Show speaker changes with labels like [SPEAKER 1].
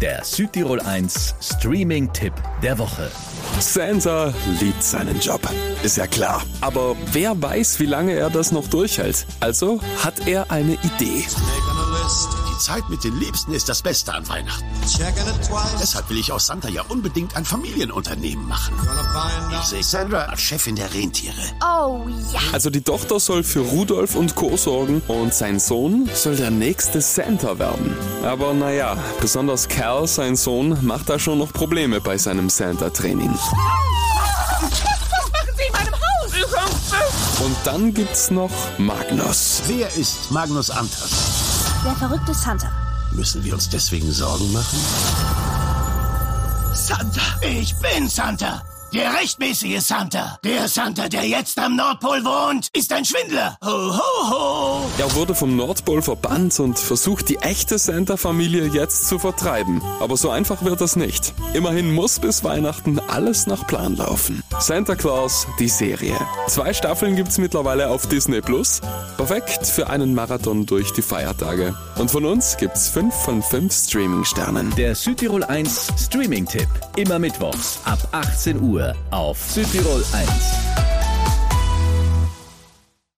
[SPEAKER 1] Der Südtirol 1 Streaming-Tipp der Woche.
[SPEAKER 2] Sansa liebt seinen Job. Ist ja klar. Aber wer weiß, wie lange er das noch durchhält. Also hat er eine Idee.
[SPEAKER 3] Die Zeit mit den Liebsten ist das Beste an Weihnachten. Deshalb will ich aus Santa ja unbedingt ein Familienunternehmen machen. Ich sehe Sandra als Chefin der Rentiere.
[SPEAKER 4] Oh ja.
[SPEAKER 2] Also die Tochter soll für Rudolf und Co. sorgen und sein Sohn soll der nächste Santa werden. Aber naja, besonders Cal, sein Sohn, macht da schon noch Probleme bei seinem Santa-Training.
[SPEAKER 4] Was machen Sie in meinem Haus?
[SPEAKER 2] Und dann gibt's noch Magnus.
[SPEAKER 3] Wer ist Magnus Antas?
[SPEAKER 4] Der verrückte Santa.
[SPEAKER 3] Müssen wir uns deswegen Sorgen machen? Santa! Ich bin Santa! Der rechtmäßige Santa! Der Santa, der jetzt am Nordpol wohnt, ist ein Schwindler! Ho, ho, ho!
[SPEAKER 2] Er wurde vom Nordpol verbannt und versucht, die echte Santa-Familie jetzt zu vertreiben. Aber so einfach wird das nicht. Immerhin muss bis Weihnachten alles nach Plan laufen. Santa Claus, die Serie. Zwei Staffeln gibt's mittlerweile auf Disney Plus. Perfekt für einen Marathon durch die Feiertage. Und von uns gibt's fünf von fünf Streaming-Sternen.
[SPEAKER 1] Der Südtirol 1 Streaming-Tipp. Immer mittwochs ab 18 Uhr auf Südtirol 1.